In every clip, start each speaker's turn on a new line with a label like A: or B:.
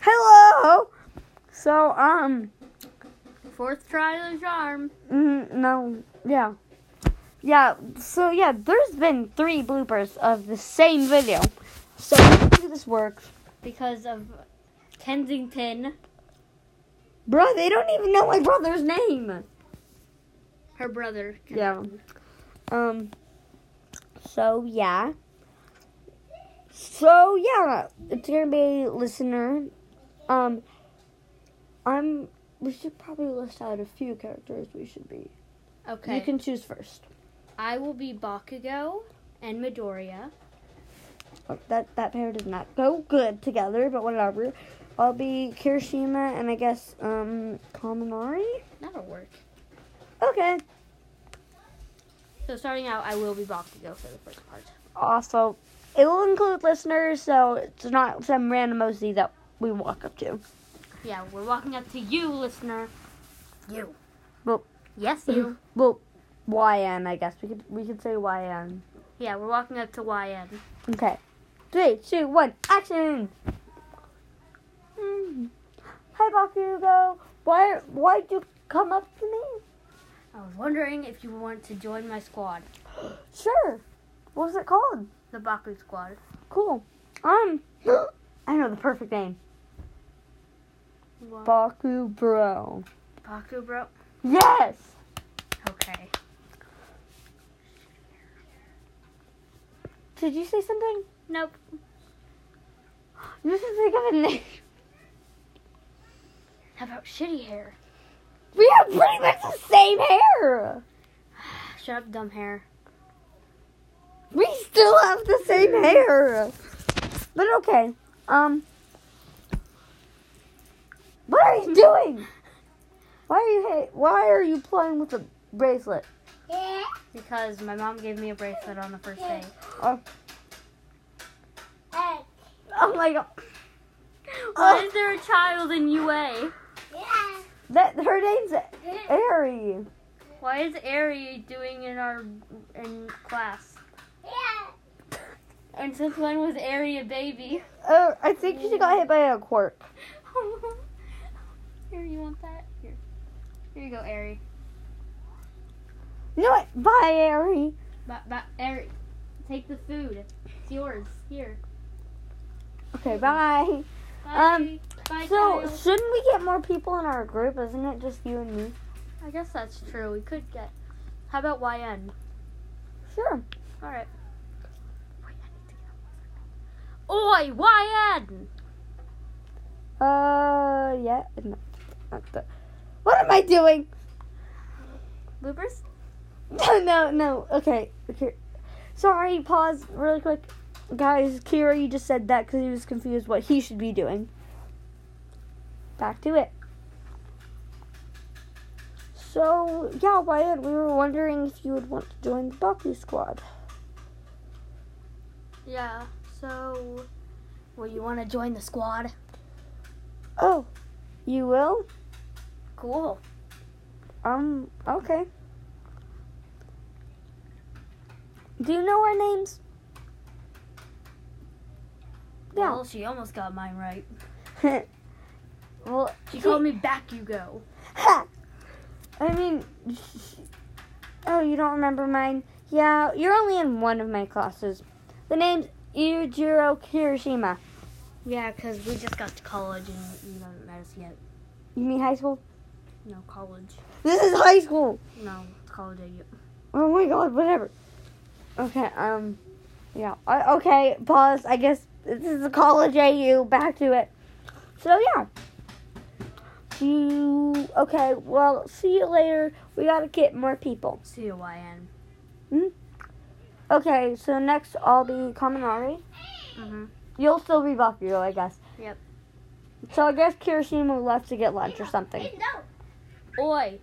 A: Hello. So um,
B: Fourth try the charm.
A: mm, no, yeah, yeah. So yeah, there's been three bloopers of the same video. So look at this works,
B: Because of Kensington,
A: bro. They don't even know my brother's name.
B: her brother. Ken-
A: Yeah. Um. So yeah. So yeah, it's gonna be listener. Um. I'm. We should probably list out a few characters we should be.
B: Okay.
A: You can choose first.
B: I will be Bakugo and Midoriya.
A: Oh, That that pair did not go good together, but whatever. I'll be Kirishima and I guess um Kaminari.
B: That'll work.
A: Okay.
B: So starting out, I will be Bakugo for the first part.
A: Also, it will include listeners, so it's not some random OC that we walk up to.
B: Yeah, we're walking up to you, listener. You.
A: Well-
B: Yes, you.
A: Well, YN, I guess we could we could say YN.
B: yeah, we're walking up to YN.
A: Okay, three, two, one, action. Mm. Hi, Bakugo. Why why'd you come up to me?
B: I was wondering if you want to join my squad,
A: Sure. What's it called?
B: the Baku squad.
A: Cool. Um, I know the perfect name.
B: What?
A: Baku Bro.
B: Baku, bro.
A: Yes.
B: Okay.
A: Did you say something?
B: Nope.
A: You should think of a name.
B: How about shitty hair?
A: We have pretty much the same hair.
B: Shut up, dumb hair.
A: We still have the same hair. But okay. Um. What are you doing? Why are you ha- Why are you playing with the bracelet?
B: Because my mom gave me a bracelet on the first day.
A: Oh my god.
B: Why is there a child in UA?
A: That her name's Aerie.
B: Why is Ari doing in our in class? And since when was Ari a baby?
A: Oh, I think she got hit by a cork.
B: Here, you want that? Here. Here you go, Ari.
A: You know what? Bye, Aerie.
B: But but Ari, take the food. It's yours. Here.
A: Okay, bye.
B: Bye.
A: Um,
B: Ari. Bye,
A: So,
B: Kyle.
A: shouldn't we get more people in our group? Isn't it just you and me?
B: I guess that's true. We could get. How about YN?
A: Sure.
B: All right. Oi, YN!
A: Uh, yeah. No, not the- what am I doing?
B: Bloopers?
A: No, no, no. Okay, okay. Sorry, pause really quick. Guys, Kira, you just said that because he was confused what he should be doing. Back to it. So, yeah, Wyatt, we were wondering if you would want to join the Baku squad.
B: Yeah, so. Well, you want to join the squad?
A: Oh, you will?
B: Cool.
A: Um, okay. Do you know our names?
B: Yeah.
A: Yeah.
B: Well, she almost got mine right.
A: well,
B: She called me back, you go.
A: Ha! I mean, oh, you don't remember mine? Yeah, you're only in one of my classes. The name's Yujiro Kirishima.
B: Yeah, because we just got to college and you haven't met us yet.
A: You mean high school?
B: No, college.
A: This is high school.
B: No, college. I-
A: Oh my god, whatever. Okay, um, yeah. I, okay, pause. I guess this is a college AU. Back to it. So, yeah. You, okay, well, see you later. We gotta get more people.
B: See you, YN.
A: Okay, so next I'll be Kaminari.
B: Mm-hmm.
A: You'll still be Bakugo, I guess.
B: Yep.
A: So I guess Kirishima left to get lunch or something.
B: Oi!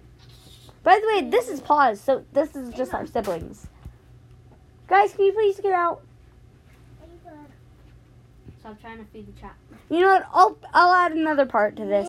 A: By the way, this is pause, so this is just our siblings. Guys, can you please get out?
B: Stop trying to feed the chat.
A: You know what? I'll I'll add another part to this.